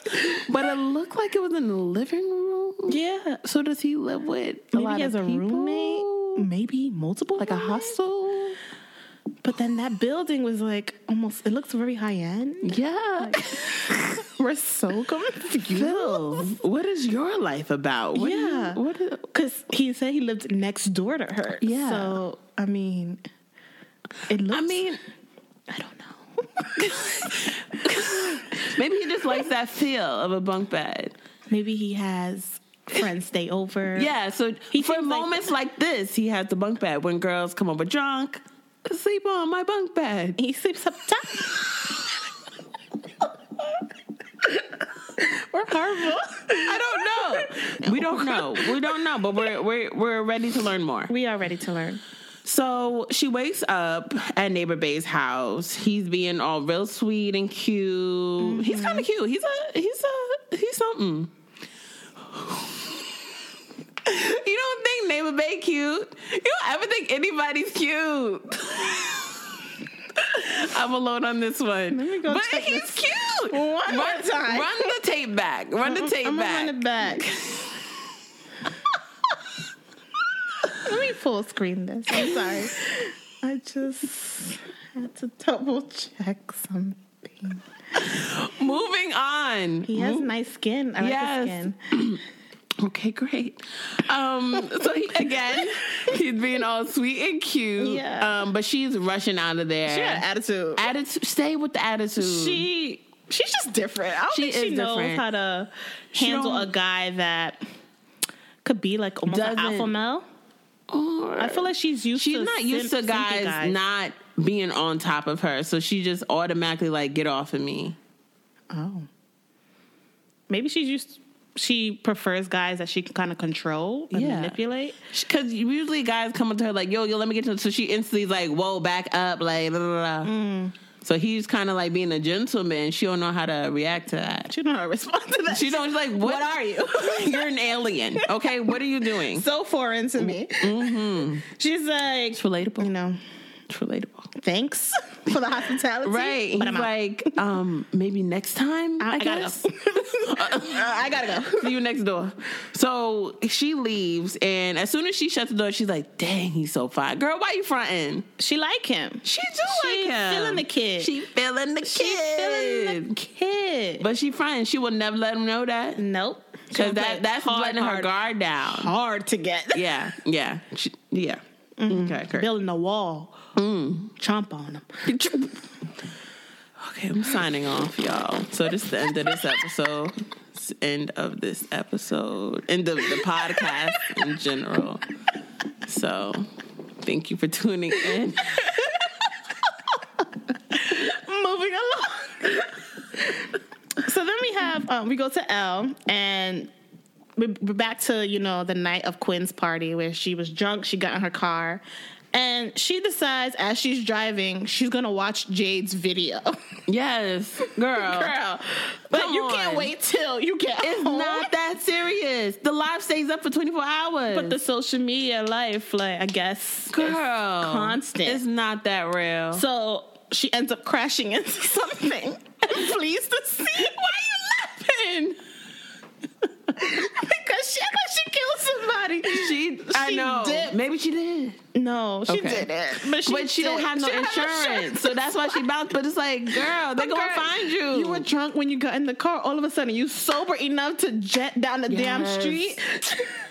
C: But it looked like it was in the living room.
B: yeah.
C: So does he live with a
B: Maybe
C: lot
B: he has
C: of
B: a
C: people?
B: roommate. Maybe multiple.
C: Like a
B: roommates?
C: hostel?
B: But then that building was like almost, it looks very high end.
C: Yeah.
B: We're so confused.
C: Phil, what is your life about? What do you-
B: Yeah.
C: what do-
B: Because he said he lived next door to her.
C: Yeah.
B: So, I mean, it looks.
C: I mean,
B: I don't know.
C: maybe he just likes that feel of a bunk bed.
B: Maybe he has friends stay over.
C: Yeah, so
B: He
C: for
B: seems like-
C: moments like, this, he has the bunk bed. When girls come over drunk, sleep on my bunk bed.
B: He sleeps up top. We're horrible.
C: I don't know. We don't know. We don't know, but we're we're we're ready to learn more.
B: We are ready to learn.
C: So she wakes up at neighbor Bay's house. He's being all real sweet and cute.
B: Mm-hmm.
C: He's kind of cute. He's a he's a he's something. you don't think neighbor Bay cute? You don't ever think anybody's cute. I'm alone on this one.
B: Let me go
C: but
B: check
C: he's
B: this
C: cute.
B: one
C: run,
B: more time.
C: run the tape back. Run the tape
B: I'm gonna
C: back.
B: run it back. Let me full screen this. I'm sorry. I just had to double check something.
C: Moving on.
B: He has nice skin. I like
C: Yes.
B: his skin.
C: Okay, great. Um, so he, again, he's being all sweet and cute.
B: Yeah.
C: Um, but she's rushing out of there.
B: She had attitude.
C: attitude. Stay with the attitude.
B: She she's just different. I don't
C: She
B: think she
C: is
B: knows
C: different.
B: how to
C: She
B: handle a
C: don't-
B: guy that could be like almost an alpha
C: Doesn't-
B: male.
C: Or-
B: I feel like she's used.
C: she's
B: to
C: not used
B: sim-
C: to
B: simpy
C: guys, not being on top of her. So she just automatically like get off of me.
B: Oh, maybe she's used. She prefers guys that she can kind of control and
C: Yeah.
B: manipulate.
C: Because usually guys come up to her like, "Yo, yo, let me get to." So she instantly is like, "Whoa, back up!" Like, blah, blah, blah.
B: Mm.
C: so he's kind of like being a gentleman. She don't know how to react to that.
B: She don't know how to respond to that.
C: She don't she's like. What, are you? You're an alien. Okay, what are you doing?
B: so foreign to me. She's like,
C: Mm-hmm. It's relatable.
B: you know,
C: It's relatable.
B: thanks for the hospitality,
C: Right. He's
B: But I'm out.
C: like, um, maybe next time. I, Uh,
B: I, I gotta
C: guess.
B: go. I gotta go.
C: See you next door. So she leaves, and as soon as she shuts the door, she's like, "Dang, he's so fine, girl. Why you fronting?"
B: She like him.
C: She do
B: She
C: like him.
B: feeling the kid.
C: She feeling the
B: She
C: kid.
B: feeling the kid.
C: But she fronting. She will never let him know that
B: nope.
C: because that that's letting her guard down.
B: hard to get.
C: Yeah, yeah, she, yeah. Okay, correct.
B: Building a wall.
C: Mm.
B: Chomp on them.
C: Okay, I'm signing off, y'all. So this is the end of this episode. It's the end of this episode. End of the podcast in general. So thank you for tuning in.
B: Moving along. so then we have um, we go to L and we- we're back to you know the night of Quinn's party where she was drunk. She got in her car. And she decides as she's driving, she's gonna watch Jade's video.
C: Yes, girl.
B: Girl. But
C: Oh. Come
B: you can't
C: on.
B: wait till you get
C: It's
B: home.
C: not that serious. The live stays up for 24 hours.
B: but the social media life, like I guess,
C: girl
B: is constant.
C: It's not that real.
B: So she ends up crashing into something and flees the scene. Why are you laughing? because she thought she killed somebody.
C: she, I
B: she
C: know.
B: dipped.
C: Maybe she did.
B: No, she
C: Okay.
B: didn't. But she,
C: but she don't
B: did.
C: have no
B: She didn't
C: insurance,
B: insurance.
C: so that's why she bounced. But it's like, girl, they're gonna
B: Girl,
C: find you.
B: You were drunk when you got in the car. All of a sudden, you sober enough to jet down the damn
C: Yes.
B: street.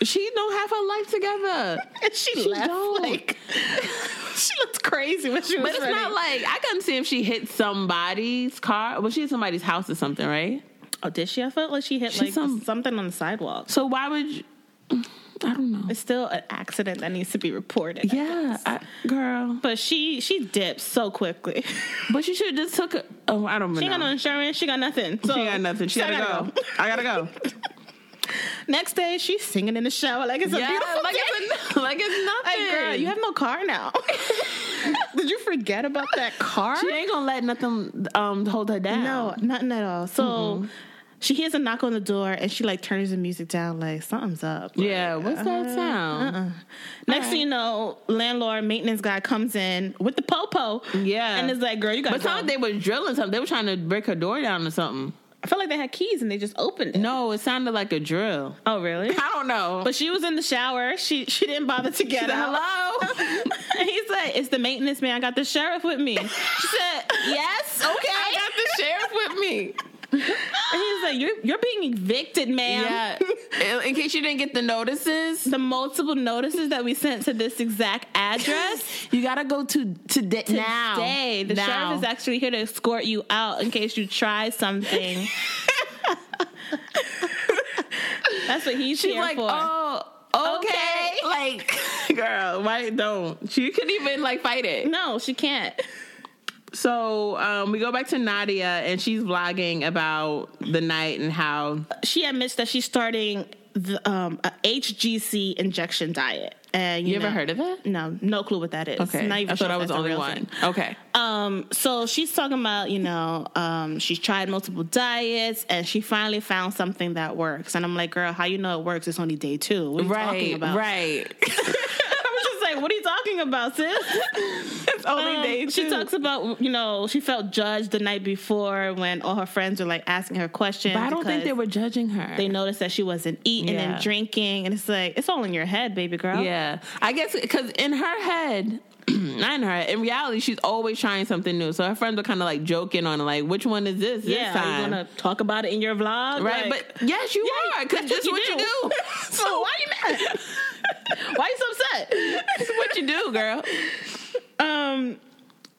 C: she don't have her life together.
B: and she,
C: She
B: left.
C: don't.
B: Like she looked crazy when she was.
C: But it's
B: running.
C: not like I couldn't see if she hit somebody's car. Well, she hit somebody's house or something, right?
B: Oh, did she? I felt like she hit
C: She's
B: like
C: some-
B: something on the sidewalk.
C: So why would you? I don't know.
B: It's still an accident that needs to be reported.
C: yeah, I, girl.
B: But she she dips so quickly.
C: But you should have just took. A, oh, I don't know.
B: she ain't got no insurance. She got nothing. So
C: she got nothing. She
B: so I
C: gotta, go. I gotta go.
B: Next day, she's singing in the shower like it's a
C: yeah,
B: beautiful
C: like
B: day.
C: it's a, like it's nothing.
B: like girl, you have no car now. Did you forget about that car?
C: She ain't gonna let nothing um hold her down.
B: No, nothing at all. So
C: Mm-hmm.
B: she hears a knock on the door and she like turns the music down like something's up.
C: Yeah, what's that sound?
B: Uh-uh. Next thing you know, landlord maintenance guy comes in with the popo.
C: Yeah.
B: and it's like, girl, you got.
C: But
B: to
C: sound like they was drilling something. They were trying to break her door down or something.
B: I felt like they had keys and they just opened it.
C: No, it sounded like a drill.
B: Oh, really?
C: I don't know.
B: But she was in the shower. She she didn't bother to get
C: said,
B: out.
C: hello.
B: and he's like, "It's the maintenance man. I got the sheriff with me." She said, "Yes, okay."
C: I got the sheriff with me.
B: And he's like, "You're you're being evicted, ma'am."
C: Yeah. In- In case you didn't get the notices,
B: The multiple notices that we sent to this exact address
C: you gotta go to today now.
B: today. The
C: Now.
B: sheriff is actually here to escort you out in case you try something. That's what he's
C: She's
B: here
C: like,
B: for.
C: oh, okay.
B: Okay.
C: Like, girl, why don't she couldn't even like fight it?
B: No, she can't.
C: So um, we go back to Nadia, and she's vlogging about the night and how
B: she admits that she's starting the um, a HGC injection diet. And you,
C: You ever
B: know-
C: heard of it?
B: No, no clue what that is. Not even
C: I
B: sure
C: thought I
B: if
C: was
B: that's a
C: only
B: real
C: one.
B: thing.
C: Okay.
B: Um, so she's talking about you know um, she's tried multiple diets and she finally found something that works. And I'm like, girl, how you know it works? It's only day two. What are you talking about?
C: Right.
B: I'm just like, what are you talking about, sis?
C: it's only
B: Um,
C: day
B: she
C: two.
B: talks about you know she felt judged the night before when all her friends were like asking her questions.
C: But I don't
B: because-
C: think they were judging her.
B: they noticed that she wasn't eating
C: Yeah.
B: and drinking, and it's like it's all in your head, baby girl.
C: Yeah, I guess because in her head, not in her. head, In reality, she's always trying something new. So her friends were kind of like joking on it, like, "Which one is this
B: yeah.
C: this
B: Are you
C: time?"
B: gonna talk about it in your vlog,
C: right?
B: Like,
C: but yes, you
B: yeah,
C: are because
B: that's
C: this is what you do.
B: so why are you mad? why you so
C: This
B: upset?
C: is what you do, girl.
B: um,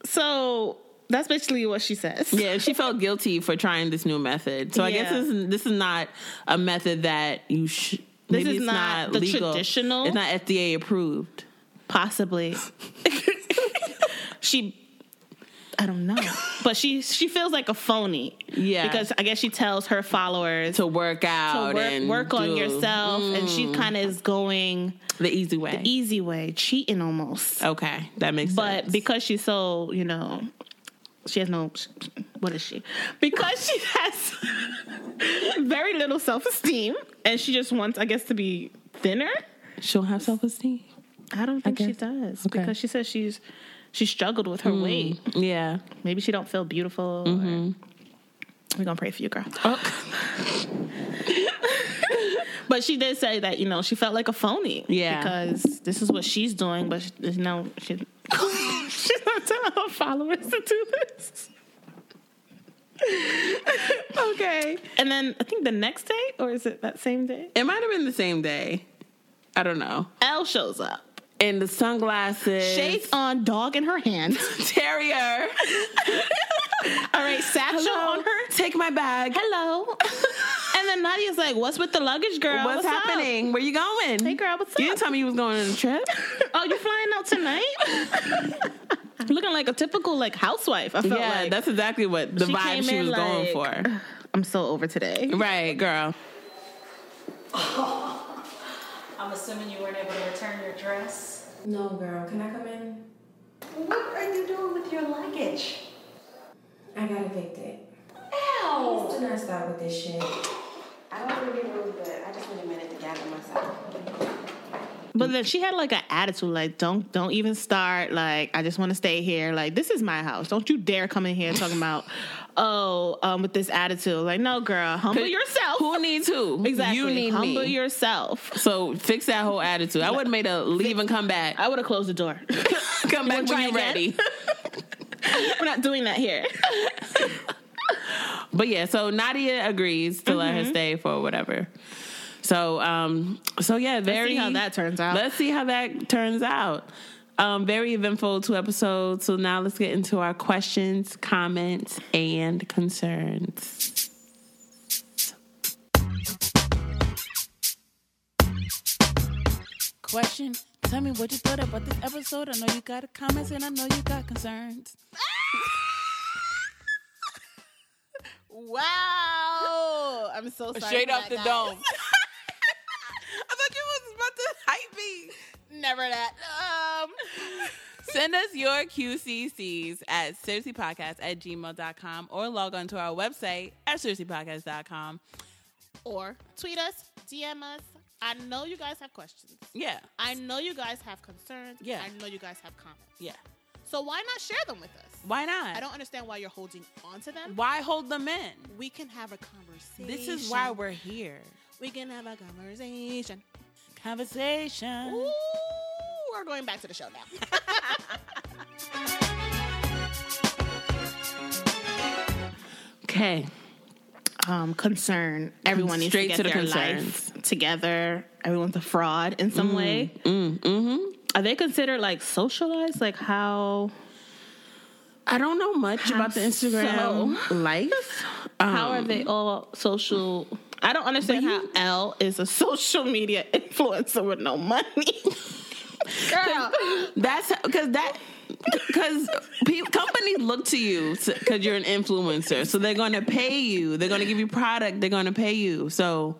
B: so that's basically what she says.
C: Yeah, and she felt guilty for trying this new method. So I guess
B: Yeah.
C: this is, this is not a method that you should.
B: This
C: maybe
B: is
C: it's
B: not
C: not
B: the
C: legal.
B: traditional-
C: It's not FDA approved.
B: possibly. she. I don't know, but she she feels like a phony.
C: Yeah.
B: because I guess she tells her followers
C: to work out
B: to work,
C: and
B: work on
C: do Mm.
B: yourself, and she kind of is going
C: the easy way.
B: easy way, cheating almost.
C: okay, that makes
B: But
C: sense.
B: because she's so, you know, she has no. What is she? Because she has very little self esteem, and she just wants, I guess, to be thinner.
C: she'll have self esteem.
B: I don't think she
C: guess.
B: does
C: Okay. Hmm.
B: because she says she's she struggled with her weight.
C: Yeah.
B: Maybe she don't feel beautiful. Or,
C: Mm-hmm.
B: we're gonna pray for you, girl.
C: Oh.
B: But she did say that you know she felt like a phony.
C: Yeah.
B: because this is what she's doing, but she, you know she she's not telling her followers to do this.
C: okay.
B: And then I think the next day, or is it that same day?
C: It might have been the same day. I don't know.
B: L shows up
C: and the sunglasses.
B: Shades on, dog in her hand.
C: Terrier.
B: All right, satchel
C: Hello.
B: on her.
C: Take my bag.
B: Hello. and then Nadia's like, "What's with the luggage, girl?
C: What's,
B: up?"
C: happening? Where you going?
B: Hey, girl, what's
C: You
B: up?
C: didn't tell me you was going on a trip.
B: oh, you flying out tonight? Looking like a typical like housewife. I felt
C: yeah,
B: like
C: that's exactly what the
B: She
C: vibe
B: came
C: she
B: in
C: was going
B: like-
C: for.
B: I'm so over today.
C: Right, girl.
K: I'm assuming you weren't able to return your dress.
G: No, girl. Can I come in?
K: What are you doing with your luggage?
G: I got evicted.
K: Ow!
G: Do not start with this shit.
I: I don't want to be rude, but I just need a minute to gather myself.
B: But then she had like an attitude, like don't don't even start. Like I just want to stay here. Like this is my house. Don't you dare come in here talking about oh um with this attitude. Like no, girl, humble yourself.
C: Who needs who?
B: exactly?
C: You need
B: humble
C: me.
B: yourself.
C: so fix that whole attitude. I would have made a leave and come back.
B: I would have closed the door.
C: come
B: wanna
C: back when
B: try
C: you're
B: again?
C: ready.
B: We're not doing that here.
C: But yeah, so Nadia agrees to let her
B: Mm-hmm.
C: stay for whatever. So um so yeah, very
B: how that turns out.
C: Let's see how that turns out. Um very eventful two episodes. So now let's get into our questions, comments, and concerns.
A: Question. Tell me what you thought about this episode. I know you got comments and I know you got concerns.
B: wow, I'm so sorry. for that, guys.
C: I thought you was about to hype me.
B: Never that. Um,
C: Send us your QCCs at seriouslypodcast at gmail.com or log on to our website at seriouslypodcast.com.
B: or tweet us, DM us. I know you guys have questions.
C: Yeah.
B: I know you guys have concerns.
C: Yeah.
B: I know you guys have comments.
C: Yeah.
B: So why not share them with us?
C: Why not?
B: I don't understand why you're holding onto them.
C: Why hold them in?
B: We can have a conversation.
C: This is why we're here.
B: we can have a conversation.
A: Conversation.
B: Ooh, we're going back to the show now.
C: Okay.
B: Um, concern. Everyone needs
C: Straight
B: to get
C: to the
B: their life together. Everyone's a fraud in some way.
C: Mm, hmm
B: mm-hmm. Are they considered like socialized? Like how
C: I don't know much about the Instagram life. Um,
B: how are they all social? I don't understand how L is a social media influencer with no money. Girl,
C: That's because that because pe- companies look to you because you're an influencer, so they're going to pay you. They're going to give you product. They're going to pay you. So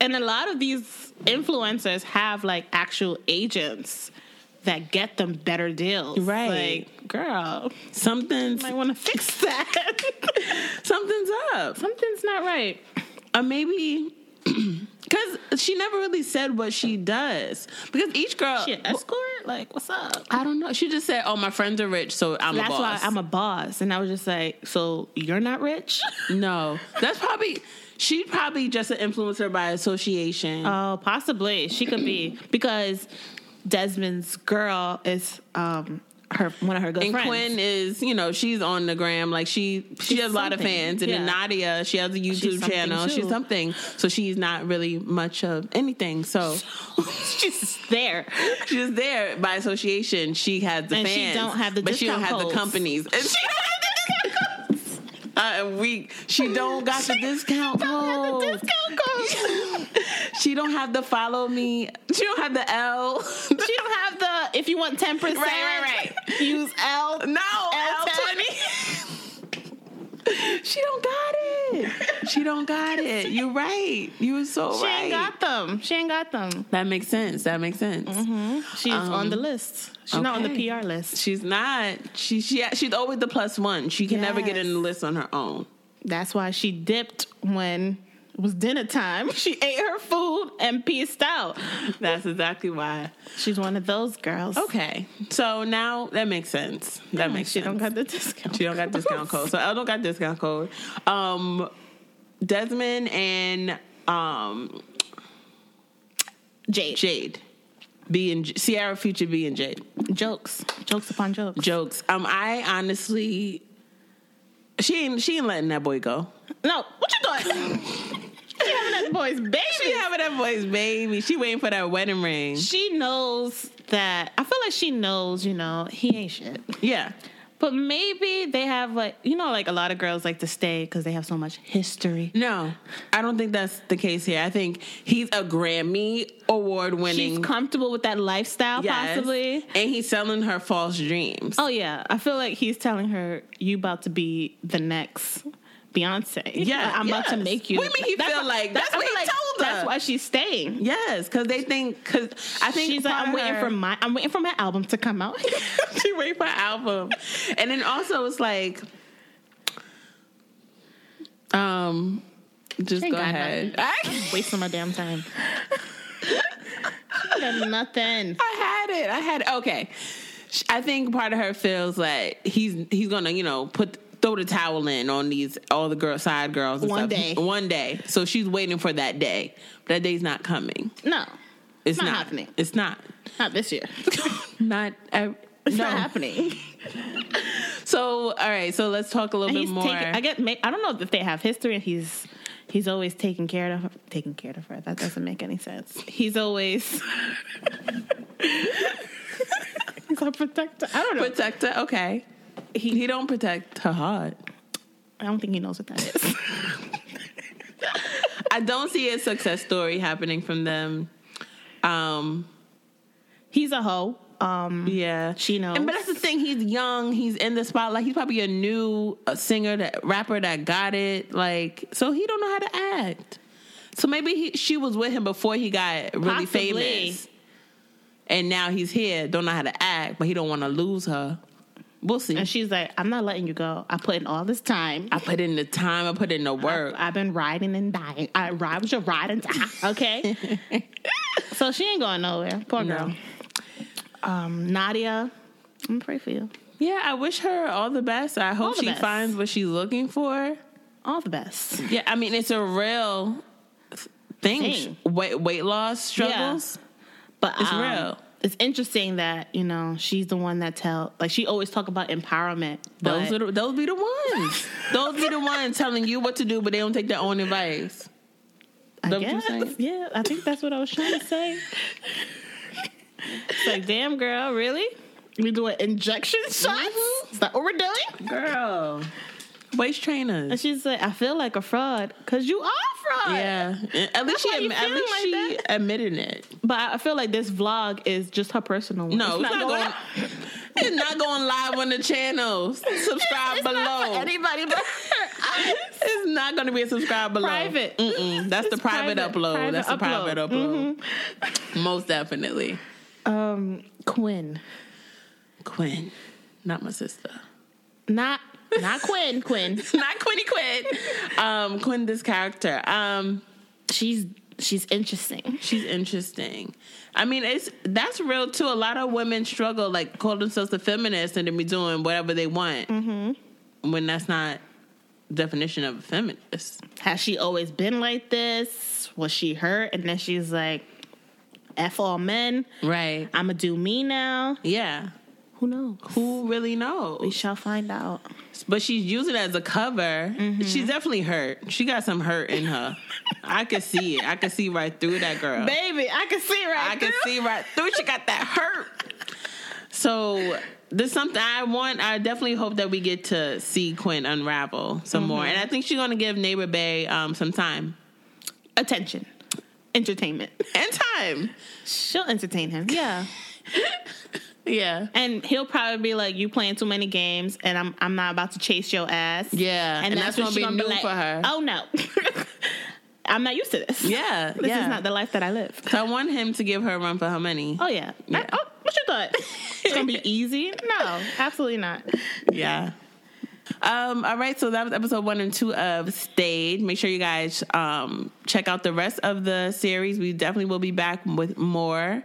B: and a lot of these influencers have like actual agents that get them better deals.
C: Right.
B: Like, girl,
C: something's
B: might want to fix that.
C: something's up.
B: Something's not right.
C: Or maybe because she never really said what she does. Because each girl,
B: She an escort? Like, what's up?
C: I don't know. She just said, "Oh, my friends are rich, so I'm
B: That's
C: a boss."
B: why I'm a boss. And I was just like, so you're not rich?
C: No, that's probably she probably just an influencer by association.
B: Oh, possibly she could be because Desmond's girl is um her one of her good
C: and
B: friends.
C: Quinn is, you know, she's on the gram. Like she, she
B: She's
C: has a lot of
B: something,
C: fans. And then
B: yeah.
C: Nadia, she has a YouTube
B: something
C: channel. She's
B: too.
C: something. So she's not really much of anything. So
B: She's there.
C: she's there by association. She has the
B: And she
C: fans,
B: don't have the
C: but she don't
B: discount
C: have the
B: codes.
C: companies. And she don't have the discount codes. Uh, we, she don't got the discount
B: Don't have
C: code.
B: the discount code.
C: She don't have the follow me. She don't have the L. She
B: she don't have the if you want ten percent.
C: Right, right, right.
B: Use L.
C: No, L
B: L10.
C: twenty. she don't got it. She don't got it. You're right. You were so
B: She
C: right.
B: ain't got them. She ain't got them.
C: that makes sense. That makes sense.
B: Mm-hmm. She's on the list. She's not on
C: Um,
B: the
C: okay.
B: PR list.
C: She's not. She she she's always the plus one. She can never get in the list on her own.
B: That's why she dipped when it was dinner time. She ate her food and peaced out.
C: That's exactly why.
B: She's one of those girls.
C: Okay. So now that makes sense. That makes
B: she
C: sense.
B: don't got the discount.
C: She don't got discount code. So Elle don't got discount code. Um, Desmond and um,
B: Jade.
C: Jade, B and J- Sierra Future B and Jade
B: jokes, jokes upon jokes.
C: jokes. Um, I honestly, she ain't she ain't letting that boy go.
B: No, what you doing? She having that boy's baby.
C: She having that boy's baby. She waiting for that wedding ring.
B: She knows that. I feel like she knows. You know, he ain't shit.
C: Yeah.
B: But maybe they have like you know like a lot of girls like to stay because they have so much history.
C: No, I don't think that's the case here. I think he's a Grammy award winning.
B: She's comfortable with that lifestyle,
C: Yes.
B: possibly.
C: and he's selling her false dreams.
B: Oh yeah, I feel like he's telling her you about to be the next Beyonce.
C: Yeah,
B: I'm about to
C: yes.
B: make you.
C: What do you mean he feel like? That's
B: I
C: what
B: feel
C: he told her.
B: That's why she's staying.
C: Yes, because they think because I think
B: she's like
C: part
B: I'm
C: of
B: waiting
C: her-
B: for my I'm waiting for my album to come out.
C: she wait for an album, and then also it's like, um, just
B: Ain't
C: go
B: got
C: ahead.
B: nothing. I'm wasting my damn time. She got nothing.
C: I had it. I had it. Okay. Sh- I think part of her feels like he's he's gonna you know put throw the towel in on these all the girl side girls and
B: One
C: stuff.
B: day.
C: one day. So she's waiting for that day. But that day's not coming.
B: No,
C: It's
B: Not
C: not,
B: happening.
C: It's not.
B: not this year.
C: not. ev-
B: It's
C: no.
B: not happening.
C: So all right. So let's talk a little
B: And
C: bit
B: he's
C: more.
B: taking. I get. ma- I don't know if they have history. and He's he's always taking care of her, taking care of her. That doesn't make any sense. He's always. he's a protector. I don't know.
C: protect her. Okay. He, he don't protect her heart.
B: I don't think he knows what that is.
C: I don't see a success story happening from them. Um.
B: he's a hoe. Um,
C: Yeah,
B: She knows.
C: And, but that's the thing. He's young. He's in the spotlight. He's probably a new uh, singer, that rapper that got it. Like, so he don't know how to act. So maybe he, she was with him before he got really
B: Possibly.
C: famous, and now he's here. Don't know how to act, but he don't want to lose her. We'll see.
B: and she's like, I'm not letting you go. I put in all this time.
C: I put in the time. I put in the work.
B: I've been riding and dying. I ride with your ride and die. Okay. so she ain't going nowhere. Poor girl. Um, Nadia, I'm gonna pray for you.
C: yeah, I wish her all the best. I
B: All
C: hope
B: the
C: she
B: best.
C: finds what she's looking for.
B: All the best.
C: Yeah, I mean it's a real thing.
B: Thing.
C: Weight weight loss struggles.
B: But
C: It's
B: um,
C: real.
B: It's interesting that you know she's the one that tell like she always talk about empowerment.
C: Those
B: but-
C: are the, those be the ones. those be the ones telling you what to do, but they don't take their own advice.
B: I
C: Don't you
B: guess.
C: think?
B: Yeah, I think that's what I was trying to say. it's like, damn, girl, really? We doing injection shots?
C: Mm-hmm.
B: Is that what we're doing?
C: Girl, waist
B: And
C: trainers.
B: she's like, I feel like a fraud because you are a fraud.
C: Yeah, at least she
B: why you
C: admi- at
B: feeling
C: least
B: like
C: she
B: that.
C: admitted it.
B: But I I feel like this vlog is just her personal one.
C: No, it's not, going. it's not going live on the channel. Subscribe
B: It's not
C: below.
B: for anybody but her.
C: It's not going to be a subscribe below.
B: Private.
C: Mm-mm. That's the
B: It's
C: private,
B: private-
C: upload.
B: private
C: That's the private
B: upload.
C: upload. Most definitely.
B: um, Quinn.
C: Quinn, not my sister.
B: Not not Quinn, Quinn.
C: not Quinny Quinn. Um, Quinn, this character. Um,
B: She's she's interesting.
C: she's interesting. I mean, it's that's real too. A lot of women struggle, like call themselves a feminist and then be doing whatever they want when that's not definition of a feminist.
B: Has she always been like this? Was she hurt? And then she's like, F all men.
C: Right.
B: I'ma do me now.
C: Yeah.
B: Who knows?
C: Who really
B: We
C: knows?
B: shall find out.
C: But she's using it as a cover. She's definitely hurt. She got some hurt in her. I could see it. I could see right through that girl.
B: Baby, I can see right
C: I can see right through. She got that hurt. So there's something I want. I definitely hope that we get to see Quinn unravel some more, and I think she's gonna give Neighbor Bay um, some time
B: attention. Entertainment.
C: and time.
B: She'll entertain him. Yeah.
C: Yeah,
B: And he'll probably be like, "You playing too many games, and I'm I'm not about to chase your ass."
C: Yeah, and that's
B: when
C: gonna
B: she
C: be new for her.
B: Oh no, I'm not used to this.
C: yeah,
B: this
C: yeah.
B: is not the life that I live.
C: So I want him to give her a run for her money.
B: Oh yeah. I-
C: Yeah.
B: oh, what you thought? it's gonna be easy? No, absolutely not.
C: Yeah. Um, all right, so that was episode one and two of Stayed. Make sure you guys um, check out the rest of the series. We definitely will be back with more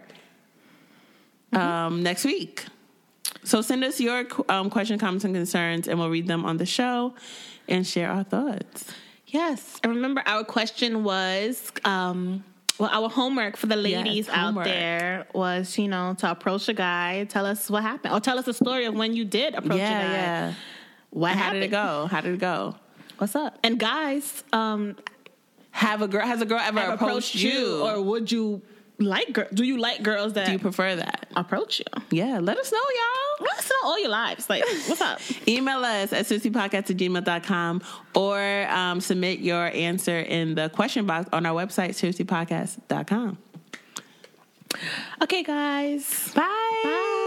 C: um, next week. So send us your um, question, comments, and concerns, and we'll read them on the show and share our thoughts.
B: Yes. And remember, our question was, um, well, our homework for the ladies out
C: homework.
B: there was, you know, to approach a guy, tell us what happened, or tell us the story of when you did approach a guy. What
C: How
B: happened?
C: did it go? How did it go?
B: What's up? And guys, um,
C: have a girl has a girl ever
B: Have
C: approached, you,
B: or would you like? Gir- do you like girls that
C: do you prefer that?
B: approach you?
C: Yeah, let us know, y'all.
B: Let us know all your lives. Like, what's up?
C: Email us at sissypodcast at gmail.com or um, submit your answer in the question box on our website, sissypodcast.com.
B: Okay, guys.
C: Bye. Bye.